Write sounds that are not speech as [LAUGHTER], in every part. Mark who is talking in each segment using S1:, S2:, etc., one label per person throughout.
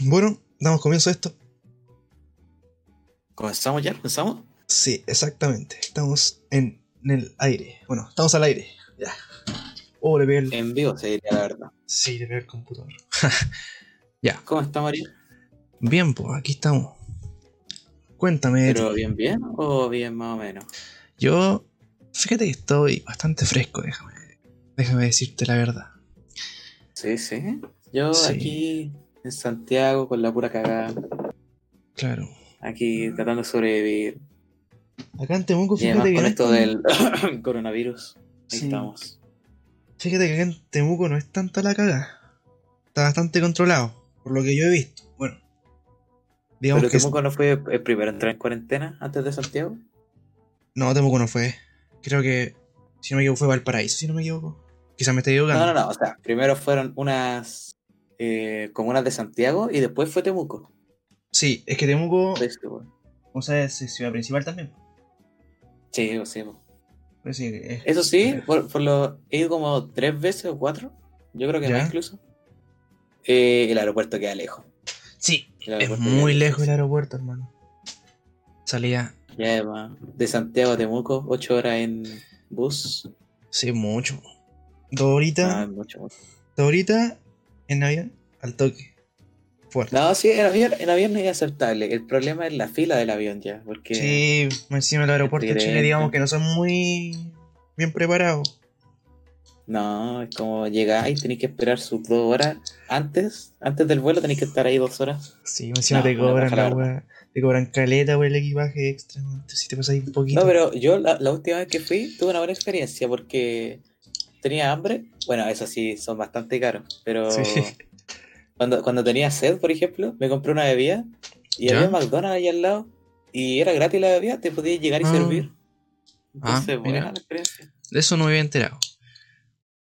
S1: Bueno, damos comienzo a esto.
S2: ¿Comenzamos ya? ¿Comenzamos?
S1: Sí, exactamente. Estamos en, en el aire. Bueno, estamos al aire. Ya. Oh, le pegué el-
S2: En vivo se diría la verdad.
S1: Sí, le pegué el computador.
S2: ¿Cómo está María?
S1: Bien, pues aquí estamos. Cuéntame.
S2: ¿Pero bien bien o bien más o menos?
S1: Yo, fíjate que estoy bastante fresco, déjame, déjame decirte la verdad.
S2: Sí, sí. Yo
S1: Sí.
S2: aquí en Santiago con la pura cagada.
S1: Claro.
S2: Aquí tratando de sobrevivir.
S1: Acá en Temuco,
S2: Y
S1: fíjate
S2: además
S1: que,
S2: con
S1: no es
S2: esto
S1: tan-
S2: del [COUGHS] coronavirus. Ahí
S1: Sí.
S2: estamos.
S1: fíjate que acá en Temuco no es tanta la cagada. Está bastante controlado, por lo que yo he visto. Bueno, digamos
S2: ¿Pero
S1: que.
S2: Temuco no fue el primero en entrar en cuarentena antes de Santiago?
S1: No, Temuco no fue. Creo que, si no me equivoco, fue Valparaíso, si no me equivoco. Quizás me esté equivocando.
S2: No, no, no. O sea, primero fueron unas eh, comunas de Santiago y después fue Temuco. este,
S1: Sí, es que Temuco,
S2: Estoy seguro.
S1: o sea, es ciudad principal también.
S2: Sí, sí. po.
S1: Pues sí, es-
S2: Eso sí, por, por lo he ido como tres veces o cuatro, yo creo que
S1: Ya.
S2: más incluso. Eh, el aeropuerto queda lejos.
S1: Sí,
S2: El
S1: es
S2: aeropuerto
S1: muy
S2: queda
S1: lejos el aeropuerto, hermano. Salía,
S2: Y además, de Santiago a Temuco, ocho horas en bus.
S1: sí, mucho. Dos horitas.
S2: No, es mucho, mucho.
S1: Hasta ahorita, en Navidad, al toque. Fuerte.
S2: No, sí, el avión, el avión es aceptable. El problema es la fila del avión ya, porque
S1: Sí, encima del aeropuerto de Chile,
S2: Diferente.
S1: digamos que no son muy bien preparados.
S2: no, es como llegáis, tenéis que esperar sus dos horas antes, antes del vuelo tenéis que estar ahí dos horas.
S1: Sí, encima
S2: No,
S1: te
S2: una
S1: cobran
S2: raja, la
S1: la wea- te cobran caleta por el equipaje extra, man, si te pasas ahí un poquito.
S2: No, pero yo la, la última vez que fui tuve una buena experiencia porque tenía hambre. Bueno, eso sí, son bastante caros, pero
S1: Sí.
S2: cuando, cuando tenía sed, por ejemplo, me compré una bebida y
S1: ¿Ya?
S2: había un McDonald's ahí al lado y era gratis la bebida, te podías llegar y
S1: Ah.
S2: servir.
S1: Ah,
S2: Entonces,
S1: mira.
S2: buena la experiencia.
S1: De eso no me había enterado.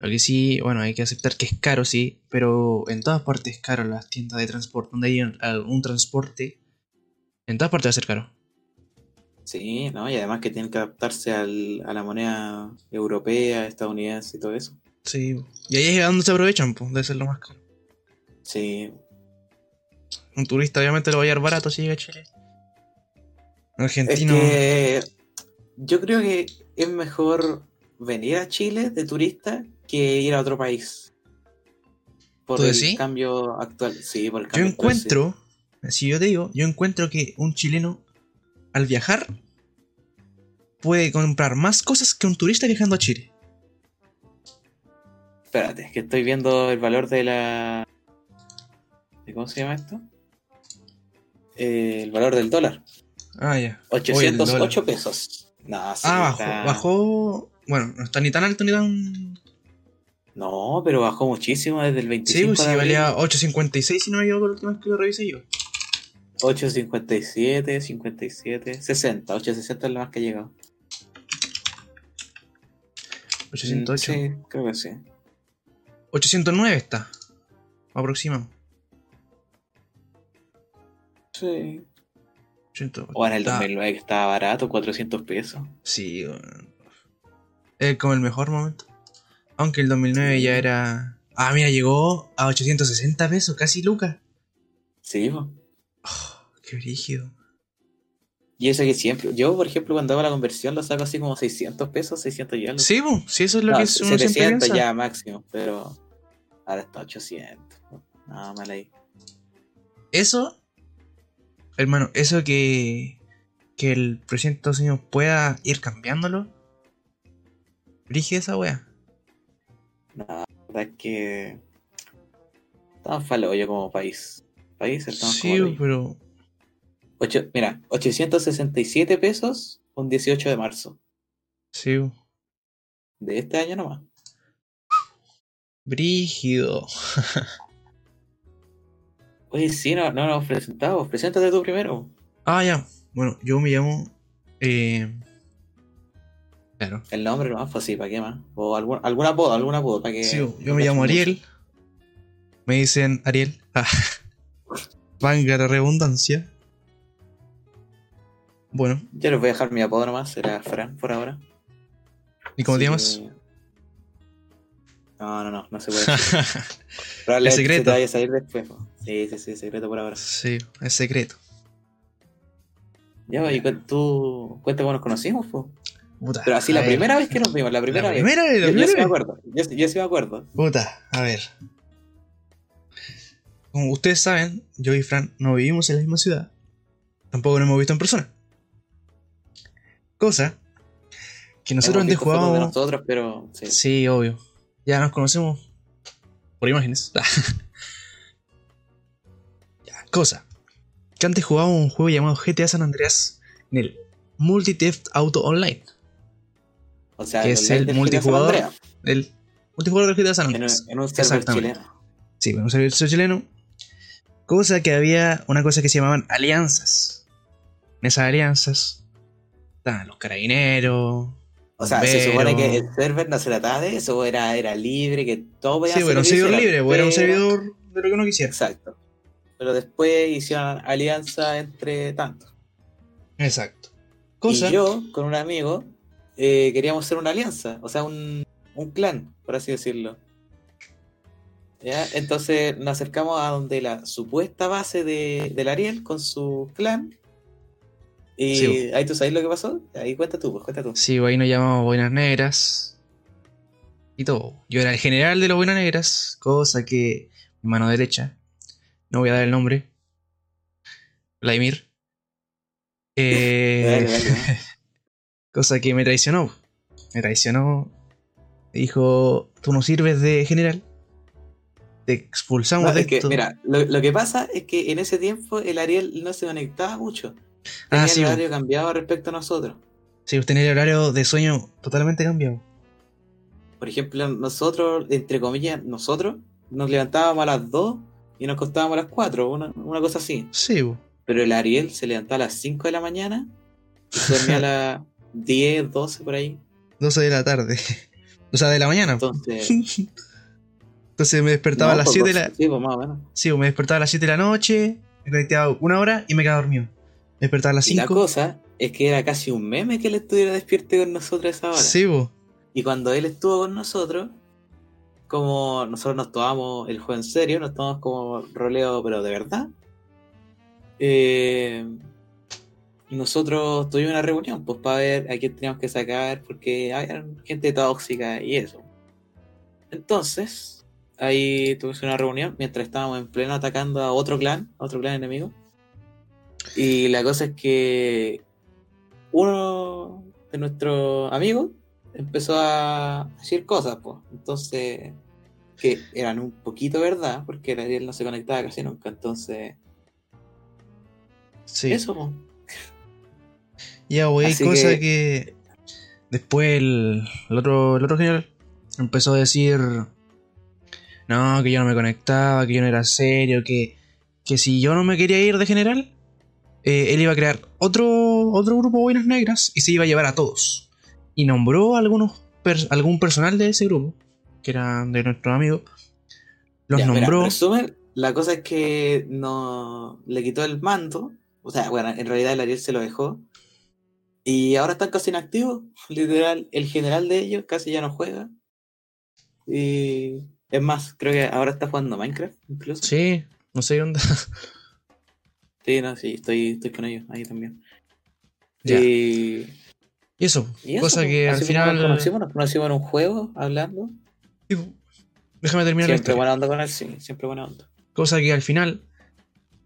S1: Lo que sí, bueno, hay que aceptar que es caro, sí, pero en todas partes es caro las tiendas de transporte. Donde hay un, algún transporte, en todas partes va a ser caro.
S2: Sí, ¿no? Y además que tienen que adaptarse al- a la moneda europea, estadounidense y todo eso.
S1: Sí, y ahí es donde se aprovechan, pues, debe ser lo más caro.
S2: Sí,
S1: Un turista obviamente lo va a llevar barato si llega a Chile. Un
S2: Es
S1: argentino.
S2: que yo creo que es mejor venir a Chile de turista que ir a otro país. Por
S1: ¿Tú
S2: el
S1: decís?
S2: cambio actual. Sí, por el
S1: yo
S2: cambio actual, sí.
S1: encuentro, si yo te digo, yo encuentro que un chileno al viajar puede comprar más cosas que un turista viajando a Chile.
S2: Espérate, que estoy viendo el valor de la. ¿de ¿Cómo se llama esto? Eh, el valor del dólar.
S1: Ah, ya. Oye, el dólar.
S2: 808 pesos. No, sí,
S1: ah, bajó,
S2: está-
S1: bajó. Bueno, no está ni tan alto ni tan.
S2: No, pero bajó muchísimo desde el
S1: Sí,
S2: 25
S1: pues
S2: de
S1: sí,
S2: abril.
S1: valía 8.56 si no me equivoco la última vez que lo revisé yo.
S2: 857, 57, 60. 860 es lo más que ha llegado.
S1: 808.
S2: Mm, Sí, creo que sí.
S1: 809 está. Aproximamos.
S2: Sí.
S1: 808.
S2: O en el
S1: Está-
S2: 2009 que estaba barato, 400 pesos.
S1: Sí, weón. Es como el mejor momento. Aunque el 2009 ya era. Ah, mira, llegó a 860 pesos, casi lucas.
S2: Sí, po.
S1: Qué brígido.
S2: Y eso que siempre. Yo, por ejemplo, cuando hago la conversión lo saco así como 600 pesos, 600 y algo.
S1: Sí, bu, sí, eso es lo
S2: No,
S1: que es uno siempre
S2: 700
S1: piensa.
S2: ya máximo, pero ahora está 800. Nada mal ahí.
S1: Eso, hermano, eso que. que el presidente de Estados Unidos pueda ir cambiándolo. Brígida esa wea.
S2: No, la verdad es que. Estamos falollo como país. País, estamos
S1: Sí, pues. bu,
S2: como al hoyo.
S1: pero.
S2: Ocho- Mira, 867 pesos un 18 de marzo.
S1: Sí, bu.
S2: De este año nomás.
S1: Brígido.
S2: Oye, sí, no, no nos presentamos. Preséntate tú primero.
S1: Ah, ya. Bueno, yo me llamo. eh, Claro.
S2: El nombre nomás, pues sí, ¿para qué más? O algún, algún apodo, algún apodo, para que...
S1: Sí, yo me llamo Ariel. Me dicen Ariel. [LAUGHS] Vanga la redundancia. Bueno,
S2: Yo les voy a dejar mi apodo nomás, será Fran por ahora.
S1: ¿y cómo te
S2: Así
S1: llamas?
S2: que-
S1: [LAUGHS]
S2: No, no, no, no se puede decir. Probablemente
S1: Es secreto.
S2: se te vaya a salir después. po. Sí, sí, sí, secreto por ahora.
S1: Sí, es secreto.
S2: Ya, pues, y cu- tú, cuenta cómo nos conocimos, po.
S1: Puta,
S2: Pero así
S1: a
S2: la
S1: ver.
S2: primera vez que nos vimos, la primera
S1: Ah, La
S2: vez.
S1: primera vez, la
S2: Yo- Yo sí me
S1: primera vez.
S2: acuerdo, yo, yo sí me acuerdo.
S1: Puta, a ver. Como ustedes saben, yo y Fran no vivimos en la misma ciudad. Tampoco nos hemos visto en persona. Cosa que nosotros
S2: Hemos
S1: antes
S2: visto fotos de
S1: jugábamos.
S2: nosotros, pero sí.
S1: Sí, obvio. Ya nos conocemos por imágenes. [LAUGHS] Ya, cosa. Que antes jugábamos un juego llamado GTA San Andreas en el Multi Theft Auto Online.
S2: O sea,
S1: que
S2: el
S1: es
S2: online
S1: el
S2: del
S1: multijugador
S2: San Andreas,
S1: El multijugador de GTA San
S2: en, un-
S1: Andreas.
S2: en un server
S1: Exactamente.
S2: chileno.
S1: Sí, pero un servicio chileno. Cosa que había una cosa que se llamaban alianzas. En esas alianzas estaban los carabineros.
S2: O sea, se supone
S1: bomberos.
S2: que el server no se trataba de eso, era, era libre, que todo podía
S1: Sí, bueno, un servidor libre, bueno, era un servidor de lo que uno quisiera.
S2: Exacto. Pero después hicieron alianza entre tantos.
S1: Exacto. Cosa.
S2: Y yo, con un amigo, eh, queríamos hacer una alianza, o sea, un, un clan, por así decirlo. ¿Ya? Entonces nos acercamos a donde la supuesta base de, del Ariel con su clan. Y
S1: Sí.
S2: ahí tú sabes lo que pasó. Ahí cuenta tú, pues cuenta tú.
S1: Sí, ahí nos llamamos Buenas Negras. Y todo. Yo era el general de los Buenas Negras, cosa que mi mano derecha, no voy a dar el nombre, Vladimir, eh,
S2: [LAUGHS] Dale, dale, ¿no?
S1: cosa que me traicionó. Me traicionó. Dijo, tú no sirves de general. Te expulsamos
S2: No,
S1: de
S2: es que,
S1: esto.
S2: mira, lo, lo que pasa es que en ese tiempo el Ariel no se conectaba mucho. Tenía
S1: ah, sí,
S2: el
S1: vos-
S2: horario cambiado respecto a nosotros.
S1: sí, vos tenés el horario de sueño totalmente cambiado.
S2: Por ejemplo, nosotros, entre comillas, nosotros nos levantábamos a las 2 y nos acostábamos a las 4, una, una cosa así.
S1: Sí, vos.
S2: Pero el Ariel se levantaba a las 5 de la mañana y se
S1: [LAUGHS]
S2: dormía a las 10, 12 por ahí.
S1: 12 de la tarde. [LAUGHS] O sea, de la mañana.
S2: Entonces,
S1: Entonces me [LAUGHS] despertaba a
S2: no,
S1: las
S2: pues,
S1: 7 de la...
S2: Sí, pues más o menos.
S1: Sí, me despertaba a las 7 de la noche, me conectaba una hora y me quedaba dormido. Me despertaba a las
S2: Y la
S1: 5.
S2: cosa es que era casi un meme que él estuviera despierto con nosotros a esa hora.
S1: Sí, bo.
S2: Y cuando él estuvo con nosotros, como nosotros nos tomamos el juego en serio, nos tomamos como roleo, pero de verdad, eh, nosotros tuvimos una reunión pues para ver a quién teníamos que sacar, porque había gente tóxica y eso. Entonces, ahí tuvimos una reunión mientras estábamos en pleno atacando a otro clan, a otro clan enemigo. Y la cosa es que uno de nuestros amigos empezó a decir cosas, pues. Entonces, que eran un poquito verdad, porque el Ariel no se conectaba casi nunca. Entonces,
S1: Sí.
S2: eso, po.
S1: Ya, güey,
S2: Así
S1: cosa que...
S2: que-
S1: Después el, el otro, el otro general empezó a decir... No, que yo no me conectaba, que yo no era serio, que, que si yo no me quería ir de general, eh, él iba a crear otro, otro grupo de Buenas Negras y se iba a llevar a todos. Y nombró a algunos pers- algún personal de ese grupo, que eran de nuestros amigos. Los
S2: Ya, mira,
S1: nombró...
S2: en resumen, la cosa es que no le quitó el mando. O sea, bueno, en realidad el Ariel se lo dejó. Y ahora están casi inactivos. [LAUGHS] Literal, el general de ellos casi ya no juega. Y es más, creo que ahora está jugando Minecraft, incluso.
S1: Sí, no sé dónde...
S2: Sí, no, sí, estoy, estoy con ellos ahí también.
S1: Ya.
S2: Y,
S1: [LAUGHS] Y eso,
S2: y eso,
S1: cosa
S2: pues,
S1: que al
S2: así como Nos
S1: final...
S2: conocimos, nos conocimos en un juego hablando.
S1: Déjame terminar la
S2: Siempre
S1: historia.
S2: buena onda con él, sí, siempre buena onda.
S1: Cosa que al final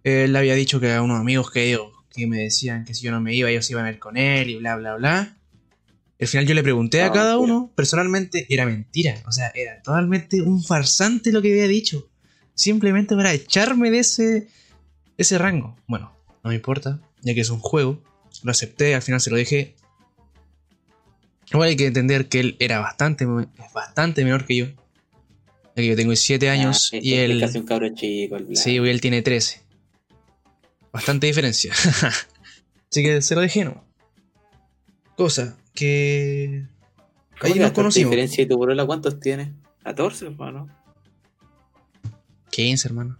S1: él le había dicho que a unos amigos que yo- que me decían que si yo no me iba, ellos iban a ir con él y bla, bla, bla. Al final yo le pregunté a
S2: Ah,
S1: cada
S2: mentira.
S1: uno personalmente, era mentira. O sea, era totalmente un farsante lo que había dicho. Simplemente para echarme de ese, de ese rango. Bueno, no me importa, ya que es un juego. Lo acepté, al final se lo dejé. Igual hay que entender que él era bastante, bastante menor que yo. Ya que yo tengo 7 años
S2: Ah, es-
S1: y
S2: es
S1: él...
S2: casi un cabro chico, el Vlad.
S1: Sí, güey, él tiene 13. Bastante diferencia. [LAUGHS] Así que se lo dejé, ¿no? Cosa que.
S2: Oye,
S1: Ahí nos
S2: bastante
S1: conocimos.
S2: diferencia y tu polola cuántos tiene? 14, hermano.
S1: 15, hermano.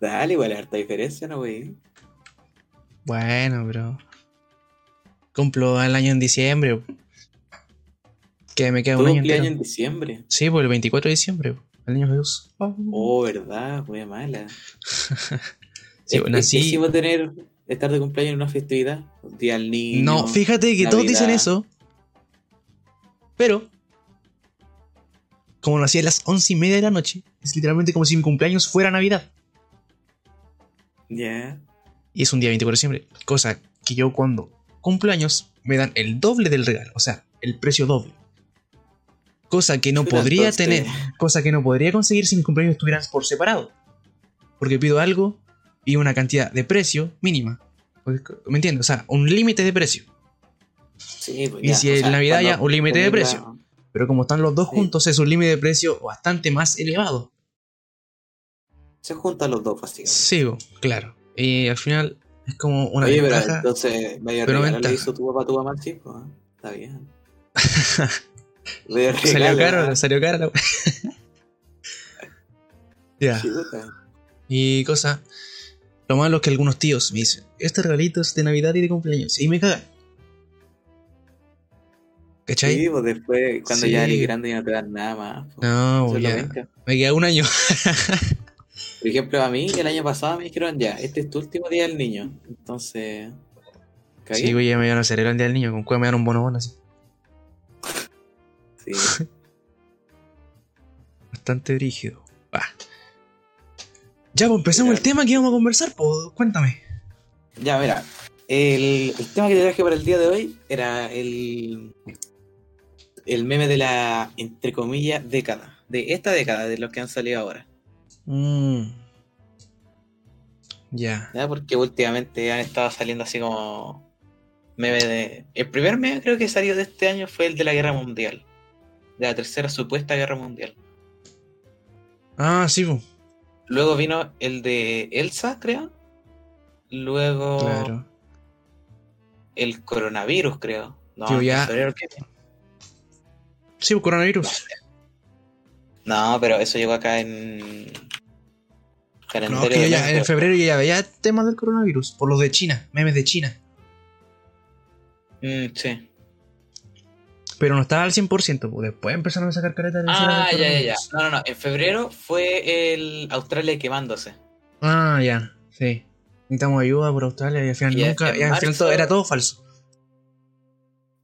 S2: Dale, igual es harta diferencia, ¿no, güey?
S1: Bueno, bro. Cumplo el año en diciembre. Que me queda
S2: Tú
S1: un año
S2: cumpleaños
S1: entero.
S2: en diciembre.
S1: Sí, pues el 24 de diciembre. El niño Jesús.
S2: Oh, verdad, muy mala.
S1: Sí,
S2: Es-
S1: bueno,
S2: es,
S1: sí.
S2: quisimos tener estar de cumpleaños en una festividad, un día al niño.
S1: No, fíjate que todos dicen
S2: Navidad.
S1: eso. Pero, como lo hacía a las once y media de la noche, es literalmente como si mi cumpleaños fuera Navidad.
S2: Ya.
S1: Y es un día 24 de diciembre. Cosa que yo cuando cumplo años me dan el doble del regalo. O sea, el precio doble. Cosa que no
S2: Chuta,
S1: podría
S2: entonces,
S1: tener. Cosa que no podría conseguir si mis cumpleaños estuvieran por separado. Porque pido algo y una cantidad de precio mínima. Pues, ¿Me entiendes? O sea, un límite de precio.
S2: Sí, pues
S1: Y
S2: ya,
S1: si
S2: o
S1: en
S2: sea,
S1: Navidad
S2: cuando
S1: ya un límite de
S2: comí la-
S1: precio. Pero como están los dos
S2: Sí.
S1: juntos, es un límite de precio bastante más elevado.
S2: Se juntan los dos fácilmente.
S1: Sí, bo, claro. Y al final es como una
S2: Oye, pero
S1: ventaja.
S2: entonces, vaya
S1: pero
S2: regalo le
S1: ventaja.
S2: hizo tu papá a tu mamá, sí, pues, ah, está
S1: [LAUGHS]
S2: bien. Vaya
S1: Salió
S2: regalo,
S1: caro,
S2: ah,
S1: salió caro. la- [LAUGHS] Ya.
S2: chuta.
S1: Y cosa. Lo malo es que algunos tíos me dicen, este regalito es de Navidad y de cumpleaños. Y me cagan. ¿Cachai?
S2: Sí, pues después, cuando
S1: Sí.
S2: ya eres grande ya no te dan nada más. pues.
S1: no,
S2: Eso
S1: bo,
S2: es lo
S1: ya.
S2: penca.
S1: Me queda un año.
S2: Por ejemplo, a mí el año pasado me dijeron ya, este es tu último día del niño. Entonces, cagué.
S1: Sí, güey, ya me iban a hacer el día del niño. Con cuál me dan un bono bono así.
S2: Sí.
S1: Bastante rígido. Va. Ya, pues empecemos
S2: Mira.
S1: el tema que íbamos a conversar, pues cuéntame.
S2: Ya, mira, el, el tema que te traje para el día de hoy era el, el meme de la, entre comillas, década, de esta década, de los que han salido ahora.
S1: Mm. Ya.
S2: ¿ya? Porque últimamente han estado saliendo así como meme de... El primer meme creo que salió de este año fue el de la guerra mundial, de la tercera supuesta guerra mundial.
S1: Ah, sí, pues.
S2: Luego vino el de Elsa, creo. Luego
S1: Claro.
S2: el coronavirus, creo. No,
S1: Tío, ya-
S2: en febrero que-
S1: Sí, pues coronavirus.
S2: No, pero eso llegó acá en.
S1: No, es
S2: Calendario
S1: que yo
S2: de
S1: ya,
S2: Lento.
S1: en febrero yo ya veía temas del coronavirus. Por los de China, memes de China.
S2: Mm, sí.
S1: Pero no estaba al 100%, pues después empezaron a sacar caretas de escena
S2: Ah,
S1: del
S2: ya, ya, ya.
S1: coronavirus.
S2: No, no, no. En febrero fue el Australia quemándose.
S1: Ah, ya, sí. Necesitamos ayuda por Australia y al final
S2: Y en
S1: nunca. y al final
S2: marzo-
S1: todo- era todo falso.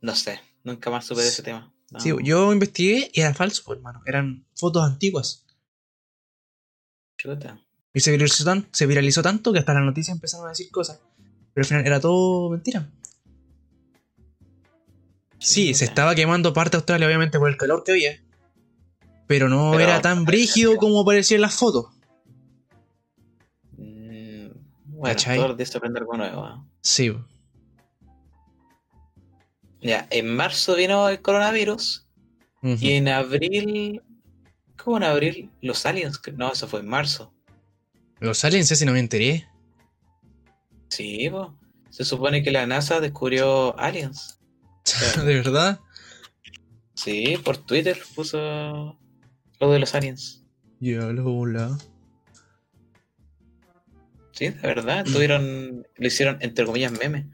S2: No sé. Nunca más supe de ese tema. No.
S1: Sí, yo investigué y era falso, pues, hermano. Eran fotos antiguas.
S2: Chuta.
S1: Y se viralizó, tan- se viralizó tanto que hasta las noticias empezaron a decir cosas. Pero al final era todo mentira. Sí, se
S2: Chuta.
S1: estaba quemando parte de Australia, obviamente, por el calor que había. Pero no
S2: Pero-
S1: era
S2: [LAUGHS]
S1: tan brígido como parecía en las fotos.
S2: Mm, bueno,
S1: ¿Cachai?
S2: todos los días se aprende algo nuevo. ¿eh?
S1: Sí.
S2: Ya, en marzo vino el coronavirus.
S1: ujú.
S2: Y en abril. ¿Cómo en abril? Los aliens. cre- No, eso fue en marzo.
S1: Los aliens, ese no me enteré.
S2: Sí, po. Se supone que la NASA descubrió aliens.
S1: [LAUGHS] ¿De verdad?
S2: Sí, por Twitter puso lo de los aliens.
S1: Ya, lo volá.
S2: Sí, de verdad, tuvieron, lo hicieron entre comillas meme.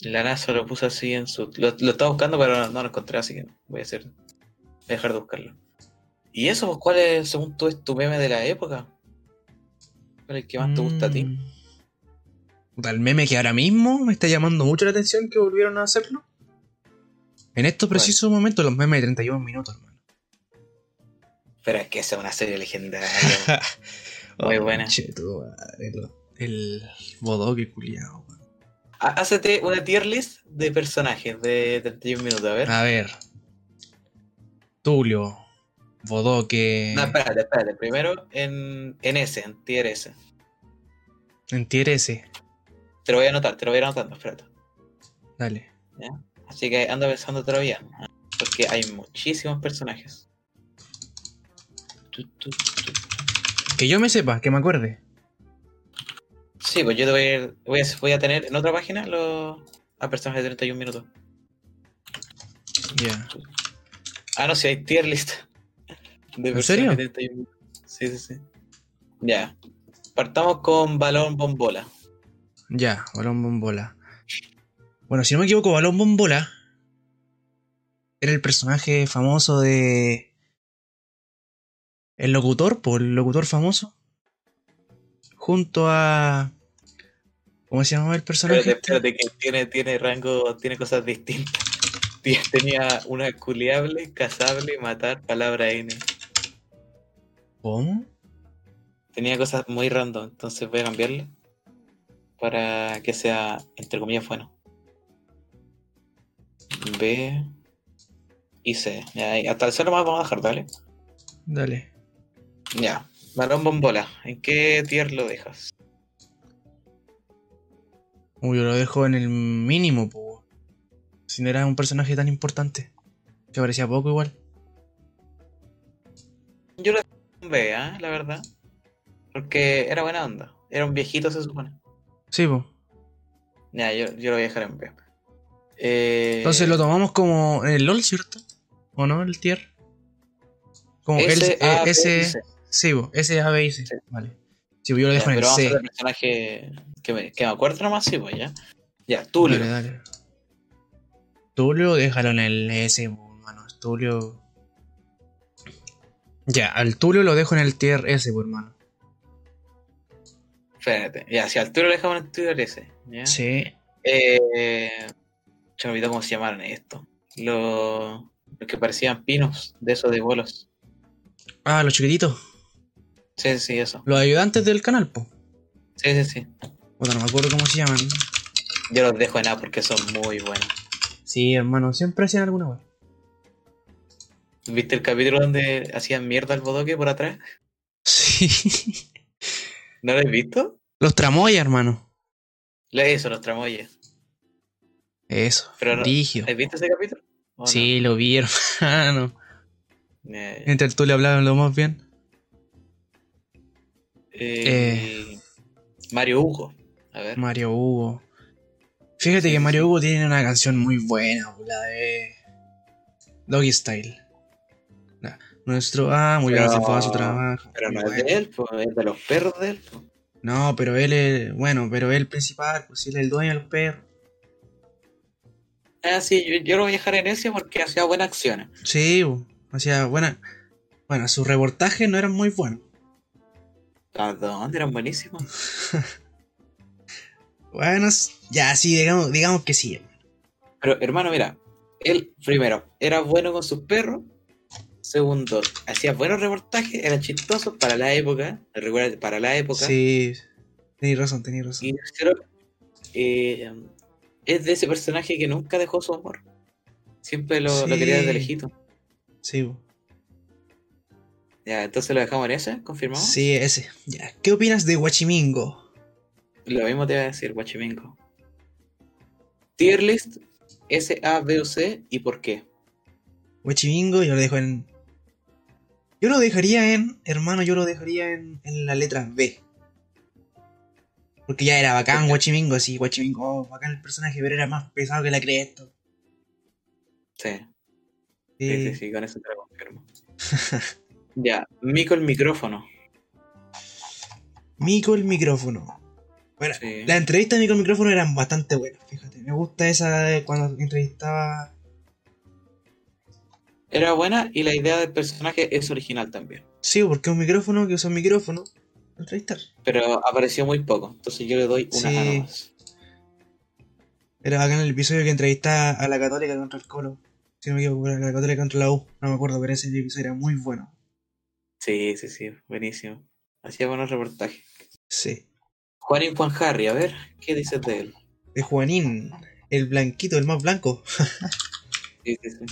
S2: La NASA lo puso así en su... Lo, lo estaba buscando, pero no, lo encontré, así que voy a hacer... Voy a dejar de buscarlo. ¿Y eso, pues, cuál es, según tú, es tu meme de la época? ¿Cuál es el que más te gusta a ti?
S1: Mm. Puta, el meme que ahora mismo me está llamando mucho la atención que volvieron a hacerlo. En estos
S2: ¿Cuál?
S1: precisos momentos, los memes de 31 minutos, hermano.
S2: Pero es que esa es una serie legendaria. Muy buena.
S1: Oh, Che, tu madre, lo- el bodoque culiado.
S2: Há- Hácete Ah, una tier list de personajes de 31 minutos, a ver.
S1: A ver. Tulio. Bodoque.
S2: No, espérate, espérate. Primero en, en S, en tier S.
S1: Entierese.
S2: Te lo voy a anotar, te lo voy a ir anotando, espérate.
S1: Dale.
S2: Así que anda pensando todavía. ¿eh? Porque hay muchísimos personajes. Tu, tu, tu.
S1: Que yo me sepa, que me acuerde.
S2: Sí, pues yo te voy a, ir- voy a, voy a tener en otra página los a personajes de 31 minutos.
S1: Ya.
S2: Ah, no, sí, hay tier list. De
S1: ¿En
S2: personajes
S1: serio?
S2: de 31 minutos. Sí, sí, sí. Ya. Partamos con Balón Bombola.
S1: Ya, balón bombola. Bueno, si no me equivoco, balón bombola Era el personaje famoso de. El locutor, por el locutor famoso. Junto a. ¿Cómo se llamaba el personaje? este?
S2: Espérate, espérate, que tiene, tiene rango, tiene cosas distintas. [LAUGHS] Tie- Tenía una culiable, cazable, matar, palabra N.
S1: ¿Cómo?
S2: Tenía cosas muy random, entonces voy a cambiarla para que sea, entre comillas, bueno. B y C. Ya, ahí, hasta el C nomás vamos a dejar, dale.
S1: Dale.
S2: Ya. Marón Bombola, ¿en qué tier lo dejas?
S1: Uy, yo lo dejo en el mínimo, po. Si no era un personaje tan importante. Que parecía poco igual.
S2: Yo lo dejo en B, ¿ah? la verdad. Porque era buena onda. Era un viejito, se supone.
S1: Sí, po.
S2: Ya, yo, yo lo voy a dejar en B. Eh,
S1: Entonces lo tomamos como el LOL, ¿cierto? ¿O no? El tier. Como el-
S2: S, A,
S1: eh,
S2: B,
S1: ese.
S2: y C.
S1: Sí, po, ese A, B y C.
S2: Sí.
S1: Vale. Sí, po, yo lo
S2: Ya,
S1: dejo en
S2: pero
S1: el
S2: vamos a
S1: C.
S2: hacer el personaje que me, que me acuerdo nomás, sí, pues ya. Ya, Tulio.
S1: Dale, dale. Tulio, déjalo en el S, po, hermano. Tulio. Ya, al Tulio lo dejo en el tier S, po, hermano.
S2: Espérate. Ya, si al Tulio le dejamos en Twitter ese. ¿ya?
S1: Sí.
S2: Eh, se me olvidó cómo se llamaron esto. Los los que parecían pinos de esos de bolos.
S1: Ah, los chiquititos.
S2: Sí, sí, eso.
S1: Los ayudantes del canal, po.
S2: Sí, sí, sí.
S1: Bueno, no me acuerdo cómo se llaman.
S2: Yo los dejo en A porque son muy buenos.
S1: Sí, hermano, siempre hacían alguna wea.
S2: ¿Viste el capítulo donde hacían mierda al bodoque por atrás?
S1: Sí. [LAUGHS]
S2: ¿No lo has visto?
S1: Los tramoya, hermano.
S2: Le eso, los tramoyes.
S1: Eso.
S2: Pero no-
S1: Brigio.
S2: ¿Has visto ese capítulo? ¿O no?
S1: Sí, lo vi, [LAUGHS] hermano.
S2: Eh,
S1: Mientras tú le hablabas lo más bien.
S2: Eh, Mario Hugo. A ver.
S1: Mario Hugo. Fíjate
S2: Sí,
S1: que
S2: sí,
S1: Mario
S2: sí.
S1: Hugo tiene una canción muy buena, la de Doggy Style. La- Nuestro amo ya
S2: Pero-
S1: hace todo su trabajo.
S2: Pero no
S1: Muy
S2: es de
S1: bueno.
S2: él, po, es de los perros de él. pues. po.
S1: No, pero él es. Bueno, pero él principal, pues sí, él es el dueño del perro.
S2: Ah, sí, yo, yo lo voy a dejar en ese porque hacía buenas acciones.
S1: Sí, bu. o sea, buena. Bueno, sus reportajes no eran muy buenos.
S2: ¿A dónde eran buenísimos?
S1: Bueno, s- ya sí, digamos, digamos que sí.
S2: Pero hermano, mira, él primero era bueno con sus perros. Segundo, hacía buenos reportajes, era chistoso para la época. Recuerda, para la época.
S1: Sí, tenéis razón, tenéis razón.
S2: Y tercero, eh, es de ese personaje que nunca dejó su amor. Siempre lo, lo quería desde
S1: Sí.
S2: lejito.
S1: Sí, bu.
S2: Ya, entonces lo dejamos en ese, confirmamos.
S1: sí, ese. Ya. ¿Qué opinas de Guachimingo?
S2: Lo mismo te iba a decir, Guachimingo. Tier list, S, A, B o C y por qué.
S1: Huachimingo, yo lo dejo en. Yo lo dejaría en. Hermano, yo lo dejaría en, en la letra B. Porque ya era bacán Huachimingo, sí, Huachimingo, oh, bacán el personaje, pero era más pesado que la cresta.
S2: Sí,
S1: Sí,
S2: sí, sí, sí, con eso te lo confirmo. [LAUGHS] ya, Mico el micrófono.
S1: Mico el micrófono. Bueno,
S2: Sí.
S1: las entrevistas de Mico el micrófono eran bastante buenas, fíjate. Me gusta esa de cuando entrevistaba.
S2: Era buena y la idea del personaje es original también.
S1: Sí, porque un micrófono que usa un micrófono. Entrevistar.
S2: Pero apareció muy poco, entonces yo le doy una
S1: Sí.
S2: A nomás.
S1: Era bacán el episodio que entrevistaba a la Católica contra el Colo. Si no me equivoco, era la Católica contra la U. No me acuerdo, pero ese episodio era muy bueno.
S2: Sí, sí, sí, buenísimo. Hacía buenos reportajes.
S1: Sí.
S2: Juan y Juan Harry, a ver, ¿qué dices de él?
S1: De Juanín. El blanquito, el más blanco.
S2: Sí, sí, sí.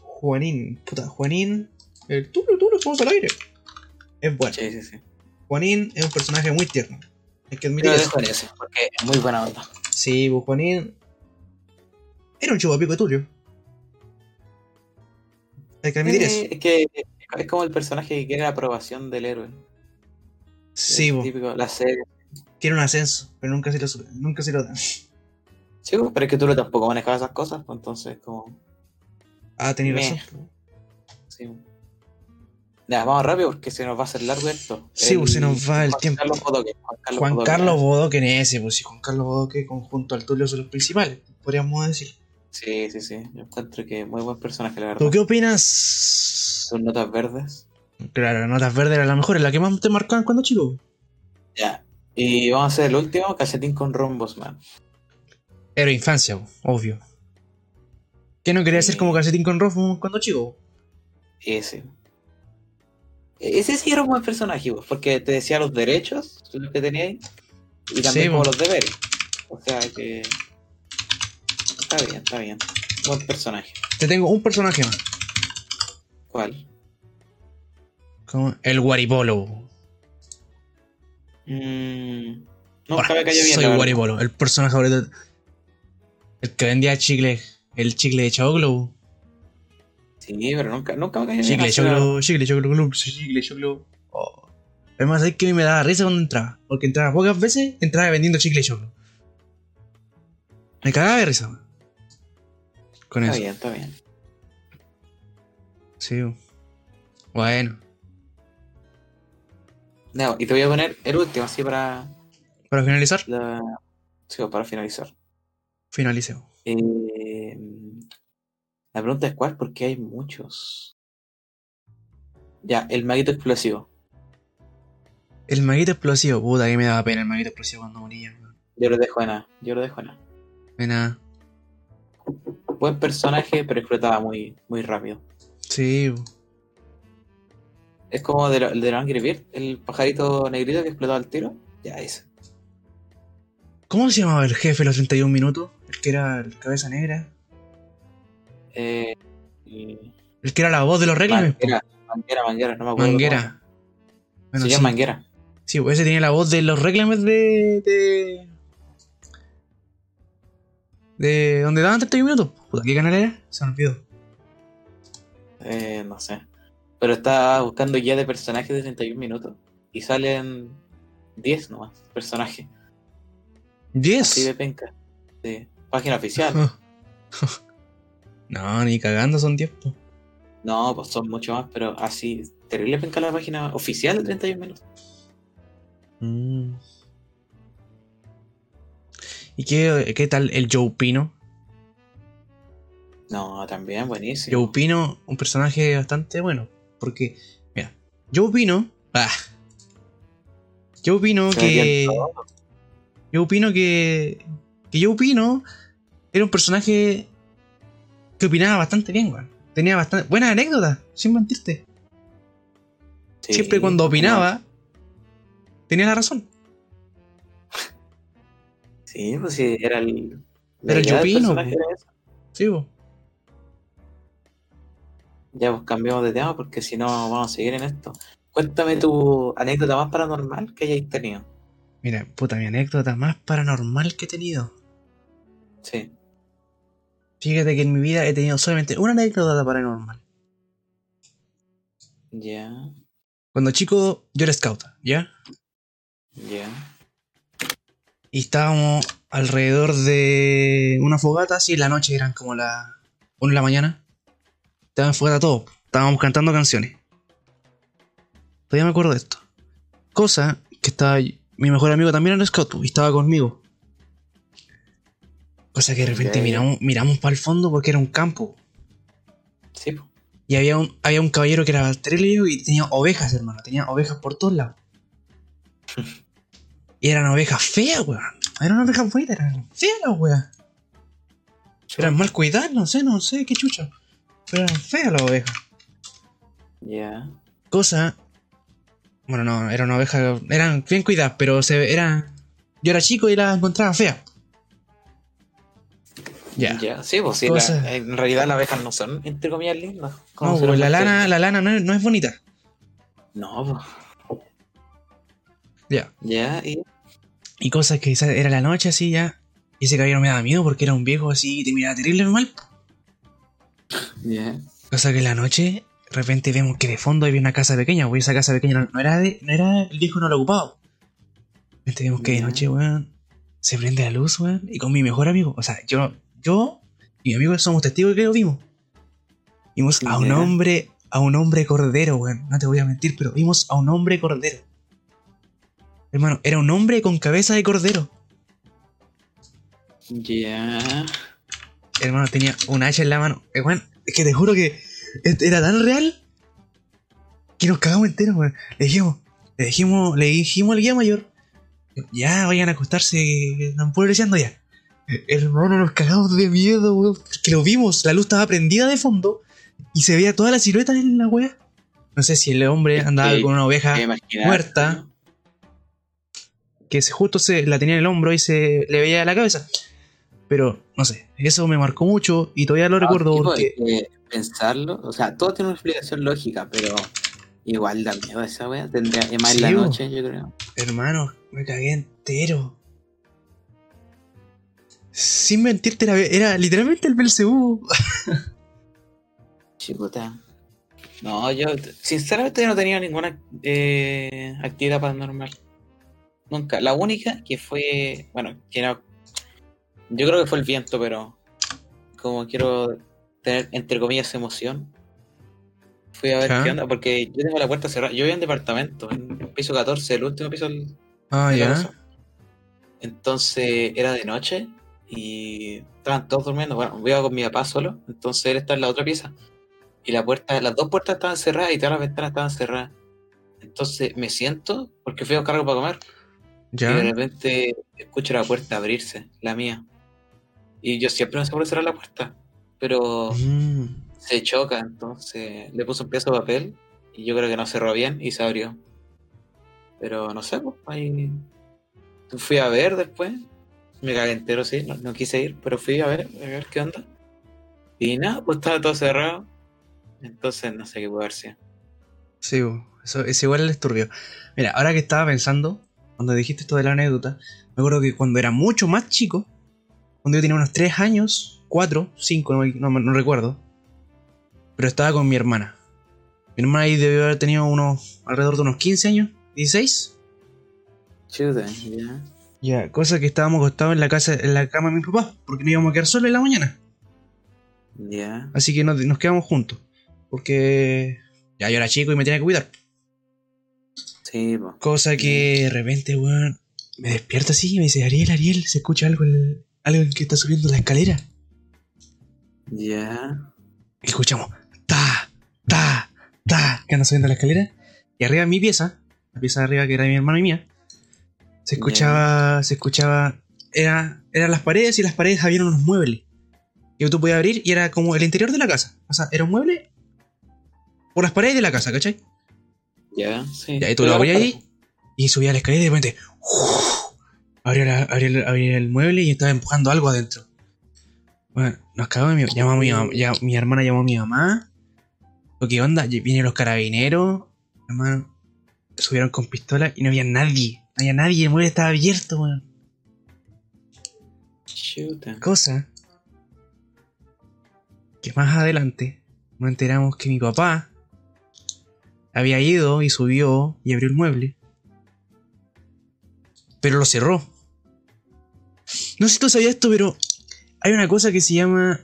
S1: Juanín. Puta, Juanín. El tulo, tulo, estamos al aire. Es bueno.
S2: Sí, sí, sí.
S1: Juanín es un personaje muy tierno. Hay que
S2: Yo
S1: admitir
S2: lo
S1: eso.
S2: dejo en ese, porque es muy buena onda.
S1: Sí, pues Juanín. Era un chupapico tuyo. Hay que admitir eso.
S2: Eh, Es que es como el personaje que quiere la aprobación del héroe.
S1: Sí,
S2: Es
S1: pues.
S2: Típico, la serie.
S1: Quiere un ascenso, pero nunca se lo, su- nunca se lo dan.
S2: Sí, pues, pero es que tú tampoco manejabas esas cosas, pues, entonces como...
S1: Ah, tenía
S2: Meh.
S1: razón.
S2: Sí. Ya, vamos rápido porque se nos va a hacer largo esto.
S1: Sí, pues, se nos va el
S2: Juan
S1: tiempo.
S2: Carlos Bodoque, Juan Carlos
S1: Juan
S2: Bodoque.
S1: Carlos Bodoque en ese, pues si Juan Carlos Bodoque conjunto al Tulio son los principales, podríamos decir.
S2: Sí, sí, sí. Yo encuentro que muy buen personaje, la verdad.
S1: ¿Tú qué opinas?
S2: Son notas verdes.
S1: Claro, Notas Verdes era la mejor, es la que más te marcaban cuando chico.
S2: Ya. Y vamos a hacer el último, calcetín con rombos, man.
S1: Era infancia, po, obvio. ¿Qué no quería ser
S2: Sí.
S1: como calcetín con rojo cuando chico?
S2: Ese. Ese sí era un buen personaje, pues, porque te decía los derechos los que teníais y también
S1: Sí,
S2: como
S1: pues.
S2: los deberes. O sea que. Está bien, está bien. Buen personaje.
S1: Te tengo un personaje más.
S2: ¿Cuál?
S1: como El guaripolo. po.
S2: Mm,
S1: Ahora,
S2: nunca me cayó bien.
S1: soy
S2: la verdad.
S1: guaripolo, el personaje favorito. El que vendía chicle, el chicle de Choclo. po.
S2: Sí, pero nunca, nunca me cayó bien.
S1: Chicle,
S2: así, la verdad.
S1: Choclo, chicle, Choclo, Club, chicle, Choclo. Oh. Además, es que me daba risa cuando entraba. Porque entraba pocas veces, entraba vendiendo chicle, Choclo. Me cagaba de risa. po. Con
S2: Está
S1: eso.
S2: bien, está bien.
S1: Sí. po. Bueno,
S2: No, y te voy a poner el último, así para,
S1: para finalizar,
S2: la- sí, para finalizar.
S1: finalicemos.
S2: Eh, la pregunta es cuál, porque hay muchos. Ya, el maguito explosivo.
S1: El maguito explosivo, puta, que me daba pena el maguito explosivo cuando moría. weón.
S2: Yo lo dejo en A. Yo lo dejo en A.
S1: De nada.
S2: Buen personaje, pero explotaba muy, muy rápido.
S1: Sí, po.
S2: Es como de, lo- de los Angry Bird, el pajarito negrito que explotaba el tiro. Ya, ese.
S1: ¿Cómo se llamaba el jefe de los 31 minutos? El que era el cabeza negra.
S2: Eh, y-
S1: El que era la voz de los reglames. po.
S2: manguera, manguera, manguera, no me acuerdo.
S1: Manguera.
S2: cómo
S1: Bueno,
S2: se
S1: sí,
S2: llama Manguera.
S1: sí, po, ese tenía la voz de los reglames de. de. de donde daban 31 minutos. Puta, ¿qué canal era? Se me olvidó.
S2: Eh, no sé. Pero estaba buscando guía de personajes de 31 minutos. Y salen 10 nomás, personajes. Así
S1: 10.
S2: de penca. Sí. Página oficial.
S1: [LAUGHS] no, ni cagando son 10. po.
S2: No, pues son mucho más, pero así, terrible penca la página oficial de 31 minutos.
S1: Mm. ¿Y qué, qué tal el Joe Pino?
S2: No, también, buenísimo.
S1: Joe Pino, un personaje bastante bueno. Porque, mira, Joe Pino. Ah, Joe Pino
S2: Se metían
S1: que.
S2: todos.
S1: Yo opino que. Que yo opino. Era un personaje. Que opinaba bastante bien, weón. Tenía bastante. Buena anécdota, sin mentirte.
S2: Sí,
S1: Siempre cuando opinaba. Tenía la razón.
S2: Sí, pues sí, era el.
S1: Era el
S2: la idea del
S1: Yopino,
S2: personaje
S1: pues.
S2: era esa.
S1: Sí, po.
S2: Ya pues cambiamos de tema porque si no vamos a seguir en esto. Cuéntame tu anécdota más paranormal que hayáis tenido.
S1: Mira, puta, mi anécdota más paranormal que he tenido.
S2: Sí.
S1: Fíjate que en mi vida he tenido solamente una anécdota paranormal.
S2: Ya,
S1: Cuando chico, yo era scout, ¿ya?
S2: ya.
S1: Y estábamos alrededor de una fogata, así en la noche eran como las 1 de la mañana. Estaban en fogata todos, estábamos cantando canciones. Todavía me acuerdo de esto. Cosa que estaba. Mi mejor amigo también era scout y estaba conmigo. Cosa que de repente
S2: Ya, ya.
S1: miramos, miramos para el fondo porque era un campo.
S2: Sí, pues.
S1: Y había un, había un caballero que era Valtrelio y tenía ovejas, hermano. Tenía ovejas por todos [LAUGHS] lados. y eran ovejas feas, weón. Eran ovejas buenas, eran feas las weas. Eran mal cuidadas, no sé, no sé, qué chucha. Pero eran feas las ovejas.
S2: Ya.
S1: Cosa. Bueno, no, era una oveja. Eran bien cuidadas, pero se eran. Yo era chico y las encontraba feas. Ya.
S2: Ya. Sí, pues sí.
S1: Entonces-
S2: la- en realidad las abejas no son, entre comillas, lindas. Como
S1: No,
S2: si
S1: pues, la
S2: fueran
S1: lana,
S2: bacterias.
S1: la lana no es, no es bonita.
S2: No, pues.
S1: Ya.
S2: Ya, y.
S1: y cosas que esa- era la noche así ya. Y ese caballero me daba miedo porque era un viejo así y te miraba terrible mal.
S2: Ya.
S1: Cosa que en la noche, de repente vemos que de fondo había una casa pequeña, güey. Esa casa pequeña no, no era de, no era, el viejo no lo ocupaba. De repente vemos que de
S2: Ya.
S1: noche, weón, se prende la luz, weón. Y con mi mejor amigo, o sea, yo, yo y mi amigo somos testigos de que lo vimos. Vimos a un
S2: Ya.
S1: hombre, a un hombre cordero, weón. No te voy a mentir, pero vimos a un hombre cordero. Hermano, era un hombre con cabeza de cordero.
S2: Ya.
S1: hermano, tenía un hacha en la mano. Eh, weón, es que te juro que es- era tan real que nos cagamos enteros, weón. Le dijimos, le dijimos, le dijimos al guía mayor, ya vayan a acostarse, que están progresando ya. Eh, Hermano, nos cagamos de miedo, weón. Que lo vimos, la luz estaba prendida de fondo y se veía toda la silueta en la wea. No sé si el hombre
S2: Es
S1: andaba
S2: que- em
S1: con una oveja
S2: Me
S1: Ah,
S2: imaginaba,
S1: muerta.
S2: ¿no?
S1: que se- justo se la tenía en el hombro y se le veía la cabeza. Pero, no sé, eso me marcó mucho y todavía lo recuerdo
S2: Ah, tipo,
S1: porque...
S2: es pues, que pensarlo, o sea, todo tiene una explicación lógica, pero igual da miedo esa wea. Tendría es más
S1: Sí, pues.
S2: en la
S1: bo.
S2: noche, yo creo.
S1: Hermano, me cagué entero. Sin mentirte, era, era literalmente el Belcebú.
S2: Chicota. No, yo sinceramente yo no tenía ninguna eh, actividad paranormal. Nunca. La única que fue, bueno, que era, yo creo que fue el viento, pero como quiero tener entre comillas emoción, fui a ver
S1: Ya.
S2: qué onda, porque yo tengo la puerta cerrada. Yo vivo en departamento, en piso 14, el último piso del
S1: Ah,
S2: de la casa. Entonces era de noche y estaban todos durmiendo. Bueno, iba con mi papá solo, entonces él está en la otra pieza. Y la puerta, las dos puertas estaban cerradas y todas las ventanas estaban cerradas. Entonces me siento porque fui a buscar algo para comer y de
S1: Ya.
S2: repente escucho la puerta abrirse, la mía. Y yo siempre no sé por cerrar la puerta, pero
S1: Mm.
S2: se choca, entonces le puso un pedazo de papel y yo creo que no cerró bien y se abrió. Pero no sé, pues, ahí fui a ver después. Me cagué entero, sí, no, no quise ir, pero fui a ver, a ver qué onda. Y nada, pues estaba todo cerrado. Entonces no sé qué puede haber sido.
S1: Sí, bo, eso, es igual el esturbio. Mira, ahora que estaba pensando, cuando dijiste esto de la anécdota, me acuerdo que cuando era mucho más chico, cuando yo tenía unos 3 años, 4, 5, no, me- no me- no recuerdo, pero estaba con mi hermana. Mi hermana ahí debió haber tenido unos, alrededor de unos 15 años, 16.
S2: Chuta, ya.
S1: Ya, cosa que estábamos acostados en la casa, en la cama de mis papás, porque nos íbamos a quedar solos en la mañana.
S2: Ya.
S1: Así que nos, nos quedamos juntos, porque ya yo era chico y me tenía que cuidar.
S2: Sí, pues.
S1: Cosa que de repente, weón, me despierta así y me dice, Ariel, Ariel, se escucha algo, en- algo que está subiendo la escalera.
S2: Ya.
S1: Y escuchamos, ta, ta, ta, que anda subiendo la escalera. Y arriba en mi pieza, la pieza de arriba que era de mi hermano y mía, se escuchaba, se escuchaba, era, eran las paredes y las paredes habían unos muebles. Que tú podías abrir y era como el interior de la casa. O sea, era un mueble por las paredes de la casa, ¿cachai?
S2: Ya, sí.
S1: Y ahí tú lo abrías ahí y subía la escalera y de repente ¡uf! abrió, la- abrió el- abrió el mueble y estaba empujando algo adentro. Bueno, nos cagamos de miedo. Llamó a mi, mam- ya- mi hermana llamó a mi mamá. Lo que onda, Y vienen los carabineros. Hermano, subieron con pistola y no había nadie. No había nadie, el mueble estaba abierto, weón.
S2: Chuta.
S1: Cosa que más adelante nos enteramos que mi papá había ido y subió y abrió el mueble, pero lo cerró. No sé si tú sabías esto, pero hay una cosa que se llama.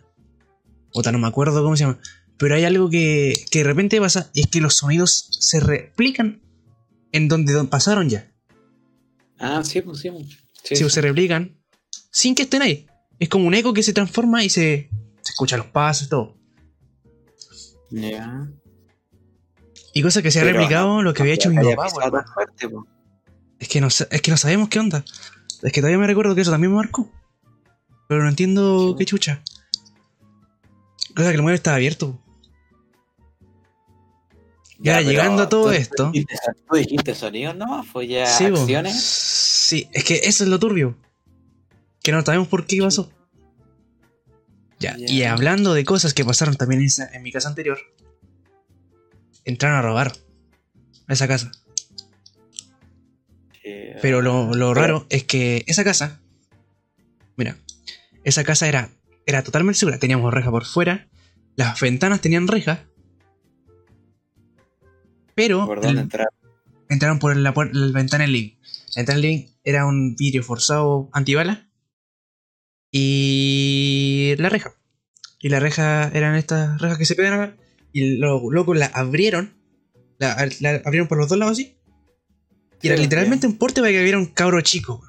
S1: Ota, no me acuerdo cómo se llama. Pero hay algo que, que de repente pasa y es que los sonidos se replican en donde don- pasaron ya.
S2: Ah, sí, pues sí. pues. Sí,
S1: Si se replican sin que estén ahí. Es como un eco que se transforma y se, se escucha los pasos y todo.
S2: Ya.
S1: Y cosas que se ha
S2: Pero,
S1: replicado lo que había hecho mi
S2: Haya
S1: papá.
S2: pisado
S1: weón.
S2: tan fuerte, pues.
S1: Es que, no, sa- es que no sabemos qué onda. Es que todavía me recuerdo que eso también me marcó. Pero no entiendo
S2: Sí.
S1: qué chucha. Cosa que el mueble estaba abierto. Ya,
S2: pero
S1: llegando a todo
S2: tú
S1: esto-
S2: dijiste- Tú dijiste sonido, ¿no? Fue ya
S1: bo.
S2: acciones.
S1: Sí, es que eso es lo turbio. Que no sabemos por qué pasó. Ya,
S2: Ya.
S1: y hablando de cosas que pasaron también en, esa- en mi casa anterior, entraron a robar a esa casa.
S2: Eh,
S1: Pero lo, lo
S2: Pero-
S1: raro es que esa casa, mira, esa casa era, era totalmente segura. Teníamos reja por fuera, las ventanas tenían reja, pero
S2: ¿Por dónde entrar?
S1: entraron por la, puer- la ventana del living. La ventana del living era un vidrio forzado antibala. Y la reja. Y la reja eran estas rejas que se pegan acá. Y los locos la abrieron. La, la abrieron por los dos lados así. Y era
S2: Sí,
S1: literalmente un porte para que hubiera un cabro chico.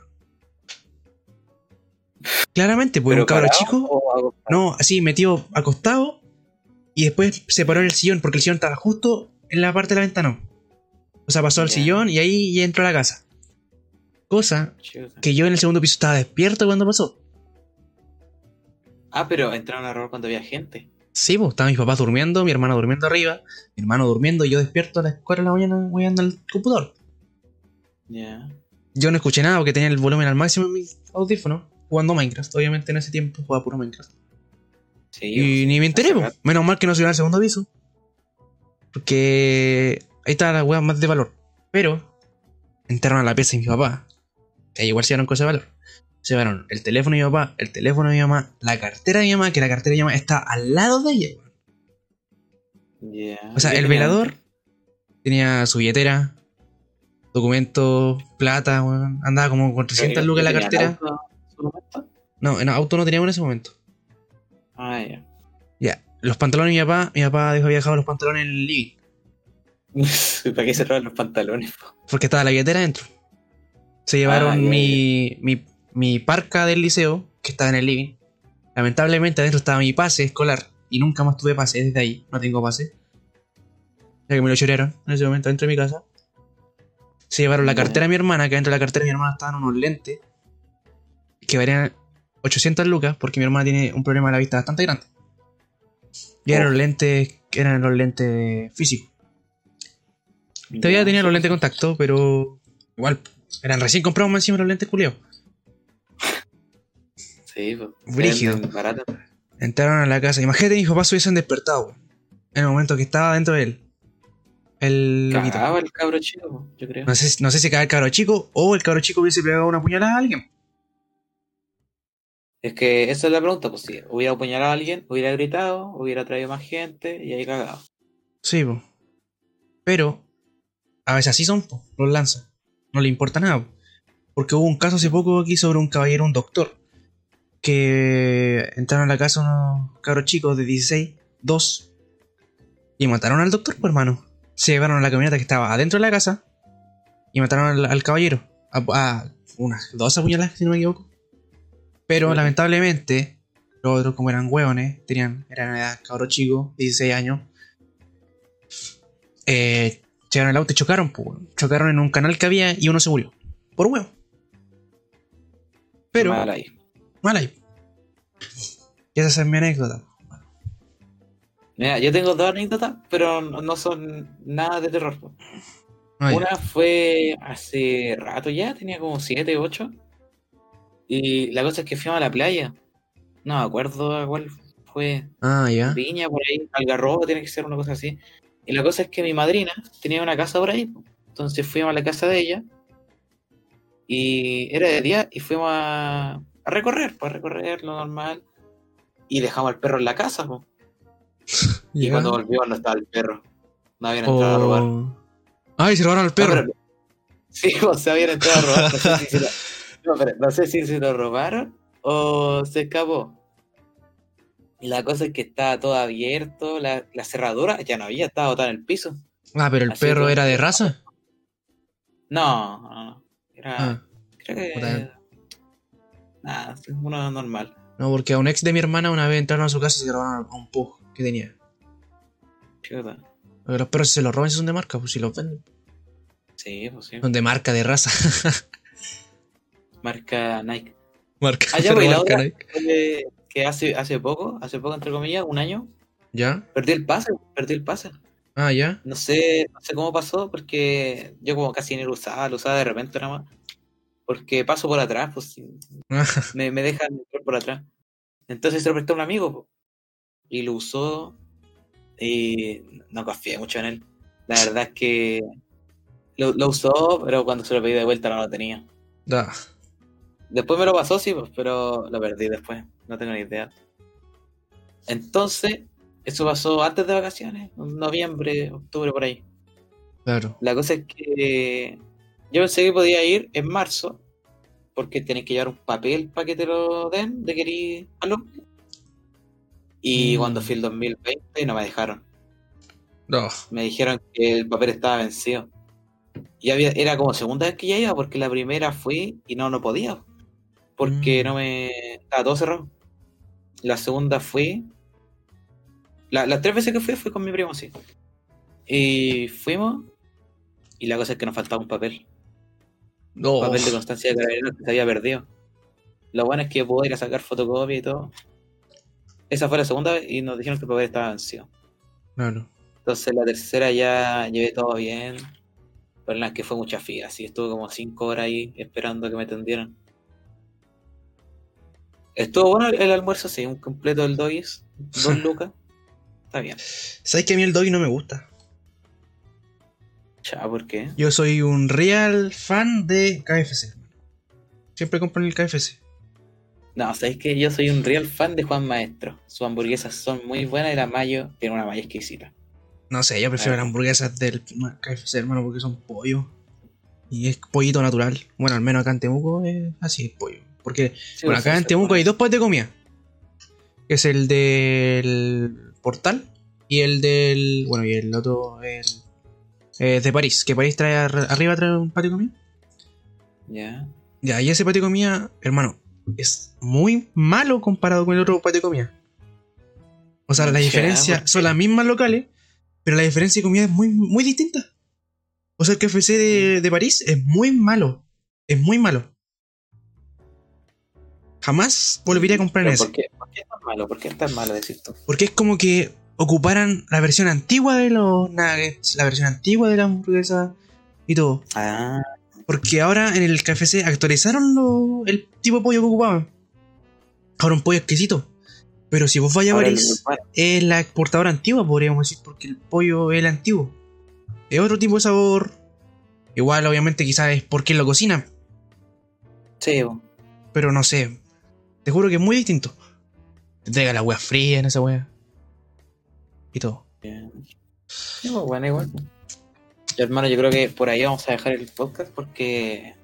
S1: Claramente, pues era un cabro
S2: parado
S1: chico.
S2: o algo?
S1: No, así metido acostado. Y después se paró en el sillón porque el sillón estaba justo en la parte de la ventana. O sea, pasó al
S2: Ya.
S1: sillón y ahí ya entró a la casa. Cosa
S2: Chuta.
S1: que yo en el segundo piso estaba despierto cuando pasó.
S2: Ah, pero entraron a robar cuando había gente.
S1: Sí, pues estaban mis papás durmiendo, mi hermana durmiendo arriba, mi hermano durmiendo, y yo despierto a las 4 de la mañana voy al computador.
S2: Ya.
S1: Yo no escuché nada porque tenía el volumen al máximo en mi audífono, jugando Minecraft. Obviamente en ese tiempo jugaba puro Minecraft.
S2: Sí,
S1: Y
S2: pues,
S1: ni me enteré,
S2: hace
S1: po.
S2: rato.
S1: menos mal que no se el segundo aviso. Porque ahí está la weá más de valor. Pero entraron a la pieza de mi papá. Que ahí igual se llevaron cosas de valor. Se llevaron el teléfono de mi papá, el teléfono de mi mamá, la cartera de mi mamá, que la cartera de mi mamá está al lado de ella.
S2: Ya.
S1: O sea,
S2: Yo
S1: el
S2: tenía-
S1: velador tenía su billetera, documentos, plata, weón. Andaba como con 300 lucas en la
S2: ¿Tenía
S1: cartera.
S2: auto en su momento?
S1: No, en auto no teníamos en ese momento.
S2: Ah, ya. [LAUGHS]
S1: Ya, los pantalones de mi papá, mi papá dejó había dejado los pantalones en el living,
S2: ¿Para qué se roban los pantalones? po?
S1: porque estaba la billetera adentro. Se llevaron
S2: ya, ya.
S1: mi, mi- mi parca del liceo, que estaba en el living. Lamentablemente adentro estaba mi pase escolar, y nunca más tuve pase desde ahí, no tengo pase. Ya que me lo chorearon en ese momento dentro de mi casa. Se llevaron la
S2: Ya.
S1: cartera de mi hermana, que dentro de la cartera de mi hermana estaban unos lentes, que valían 800 lucas, porque mi hermana tiene un problema de la vista bastante grande. Y eran
S2: Oh.
S1: los lentes, eran los lentes físicos. Todavía
S2: Ya.
S1: tenía los lentes de contacto, pero igual, eran recién comprados más encima los lentes culiados.
S2: Sí, pues.
S1: Brígido.
S2: venden Barato.
S1: Entraron a la casa. Imagínate, mis papás se hubiesen despertado, weón, En el momento que estaba dentro de él. El loquito. Ah.
S2: Cagaba el cabro chico, po, yo creo.
S1: No sé, no sé si cagaba el cabro chico o el cabro chico hubiese pegado una puñalada a alguien.
S2: Es que esa es la pregunta, pues si hubiera apuñalado a alguien, hubiera gritado, hubiera traído más gente y ahí cagado.
S1: Sí, po. Pero, a veces así son, po, Los lanzan. No le importa nada, po. Porque hubo un caso hace poco aquí sobre un caballero, un doctor. Que entraron a la casa unos cabros chicos de 16, 2. Y mataron al doctor, po, hermano. Se llevaron a la camioneta que estaba adentro de la casa. Y mataron al, al caballero. A, a unas dos apuñaladas, si no me equivoco. Pero
S2: Bueno.
S1: lamentablemente, los otros, como eran hueones, tenían, eran edad cabros chicos, 16 años. Eh, llegaron al auto y chocaron, po, weón. chocaron en un canal que había y uno se murió. Por huevo. Pero,
S2: Mal ahí.
S1: mal ahí. Y esa es mi anécdota.
S2: Mira, yo tengo dos anécdotas, pero no no son nada de terror. po.
S1: Ay,
S2: Una fue hace rato ya, tenía como 7, 8. Y la cosa es que fuimos a la playa. No me acuerdo a cuál fue.
S1: Ah, ya.
S2: Viña por ahí, Algarrobo, tiene que ser una cosa así. Y la cosa es que mi madrina tenía una casa por ahí. po. Entonces fuimos a la casa de ella. Y era de día y fuimos a, a recorrer, pues a recorrer lo normal. Y dejamos al perro en la casa. po. Y
S1: Ya.
S2: cuando volvimos no estaba el perro. No habían entrado a robar. No,
S1: Oh. Ay, se robaron al perro.
S2: pero- [LAUGHS] Sí, o sea, habían entrado a robar. No sé si se
S1: [LAUGHS]
S2: lo, no, pero no sé si se lo robaron o se escapó. Y la cosa es que estaba todo abierto, la, la cerradura ya no había, estaba botada en el piso.
S1: ah, pero el
S2: así
S1: perro
S2: todo.
S1: era de raza.
S2: No, no, no. Era,
S1: Ah,
S2: creo que...
S1: puta.
S2: Nada, uno normal.
S1: no, porque a un ex de mi hermana una vez entraron a su casa y se robaron a un pug que tenía.
S2: Chuta.
S1: Porque los perros si se los roban si son de marca, pues si los venden.
S2: Sí, pues sí.
S1: Son de marca, de raza. [LAUGHS]
S2: Marca Nike.
S1: marca,
S2: Ah, ya,
S1: pero
S2: pues, y la
S1: marca,
S2: otra.
S1: ¿no?
S2: Eh, que hace, hace poco, hace poco entre comillas, un año,
S1: ¿Ya?
S2: perdí el pase, perdí el pase.
S1: Ah, ya.
S2: No sé, no sé cómo pasó, porque yo como casi ni lo usaba, lo usaba de repente nada más. Porque paso por atrás, pues sí, me, me dejan entrar por atrás. Entonces se lo prestó a un amigo po, y lo usó y no confié mucho en él. La verdad es que lo, lo usó, pero cuando se lo pedí de vuelta no lo tenía.
S1: Da.
S2: Después me lo pasó, sí, pues, pero lo perdí después. No tengo ni idea. Entonces, eso pasó antes de vacaciones, noviembre, octubre, por ahí.
S1: Claro.
S2: La cosa es que yo pensé que podía ir en marzo, porque tenés que llevar un papel para que te lo den de que eres alumno. Y
S1: Mm.
S2: cuando fui el 2020 no me dejaron.
S1: No.
S2: Me dijeron que el papel estaba vencido. Y había, era como segunda vez que ya iba, porque la primera fui y no, no podía. porque
S1: Mm.
S2: no me. Estaba todo cerrado. La segunda fui. la- las tres veces que fui, fui con mi primo, sí. Y fuimos. Y la cosa es que nos faltaba un papel.
S1: No.
S2: Un papel de constancia de carabineros que se había perdido. Lo bueno es que pude ir a sacar fotocopia y todo. Esa fue la segunda vez y nos dijeron que el papel estaba vencido.
S1: Claro.
S2: Entonces la tercera ya llevé todo bien. Pero la que fue mucha fila, así estuve como cinco horas ahí esperando que me atendieran. Estuvo bueno el, el almuerzo, sí, un completo del doggies,
S1: [LAUGHS]
S2: dos lucas. Está bien.
S1: ¿Sabes que a mí el doggy no me gusta?
S2: Ya, ¿por qué?
S1: Yo soy un real fan de KFC. hermano. Siempre compro en el KFC.
S2: No, sabéis que yo soy un real fan de Juan Maestro. Sus hamburguesas son muy buenas y la mayo tiene una mayo exquisita.
S1: No sé, yo prefiero
S2: Ah.
S1: las hamburguesas del KFC, hermano, porque son pollo. Y es pollito natural. Bueno, al menos acá en Temuco es así, es pollo. Porque, bueno, acá en Temuco hay dos pads de comida. Que es el del portal y el del... Bueno, y el otro el, eh, de París. Que París trae ar- arriba trae un patio de comida.
S2: Ya.
S1: Ya, y ese patio de comida, hermano, es muy malo comparado con el otro patio de comida. O sea, la
S2: Ya,
S1: diferencia
S2: ¿por qué?
S1: son las mismas locales, pero la diferencia de comida es muy, muy distinta. O sea, el KFC de,
S2: Mm.
S1: de París es muy malo. Es muy malo. Jamás volvería a comprar en
S2: Pero
S1: ese.
S2: ¿Por qué? ¿Por qué es tan malo? ¿Por qué es tan malo decir tú?
S1: Porque es como que ocuparan la versión antigua de los nuggets, la versión antigua de la hamburguesa y todo.
S2: Ah,
S1: Porque ahora en el KFC actualizaron lo- el tipo de pollo que ocupaban. Ahora un pollo exquisito. Pero si vos vayas a
S2: ahora
S1: París,
S2: lo-
S1: es la exportadora antigua, podríamos decir, porque el pollo es el antiguo. Es otro tipo de sabor. Igual, obviamente, quizás es porque lo cocinan,
S2: Sí, bo.
S1: pero no sé. Te juro que es muy distinto. Te traiga la wea fría en esa wea. Y todo.
S2: Sí, pues, bueno, igual. Ya, hermano, yo creo que por ahí vamos a dejar el podcast porque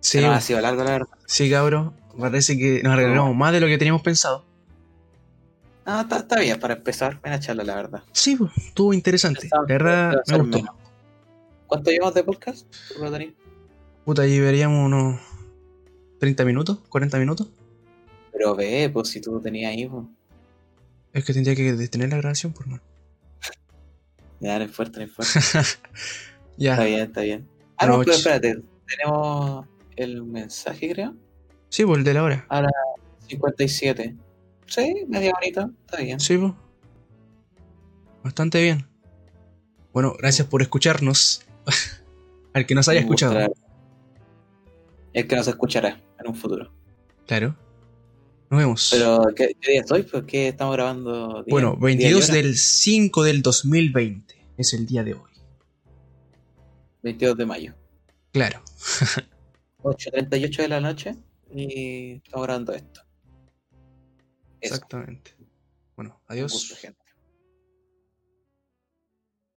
S1: Sí,
S2: no ha sido largo, la verdad.
S1: sí, cabrón. Parece que nos arreglamos más de lo que teníamos pensado.
S2: No, Ah, está, está bien, para empezar, buena charla, la verdad.
S1: Sí, pues, estuvo interesante. La
S2: Pensaba que
S1: verdad,
S2: iba a
S1: me
S2: ser
S1: gustó.
S2: menos. ¿Cuánto llevamos de podcast? ¿Tú lo tenés?
S1: Puta, llevaríamos unos 30 minutos, 40 minutos.
S2: Pero ve, pues si tú lo tenías ahí, pues.
S1: Es que tendría que detener la grabación, por mano.
S2: Ya, no importa, no
S1: [LAUGHS]
S2: importa.
S1: Ya.
S2: Está bien, está bien.
S1: Buenas
S2: Ah, no, pero
S1: noches.
S2: espérate. Tenemos el mensaje, creo.
S1: Sí, pues el de la hora.
S2: 57. Sí, media horita. Está bien.
S1: Sí, pues. Bastante bien. Bueno, gracias por escucharnos. [LAUGHS] Al que nos haya
S2: Un gusto, la
S1: escuchado.
S2: verdad. El que nos escuchará en un futuro.
S1: Claro. Nos vemos.
S2: Pero, ¿qué, qué día es hoy? ¿Por qué estamos grabando? día-
S1: bueno,
S2: día y
S1: 22
S2: hora?
S1: del 5 del 2020 es el día de hoy.
S2: 22 de mayo.
S1: Claro.
S2: 8.38 de la noche y estamos grabando esto. Eso.
S1: Exactamente. Bueno,
S2: Un
S1: adiós.
S2: gusto, gente.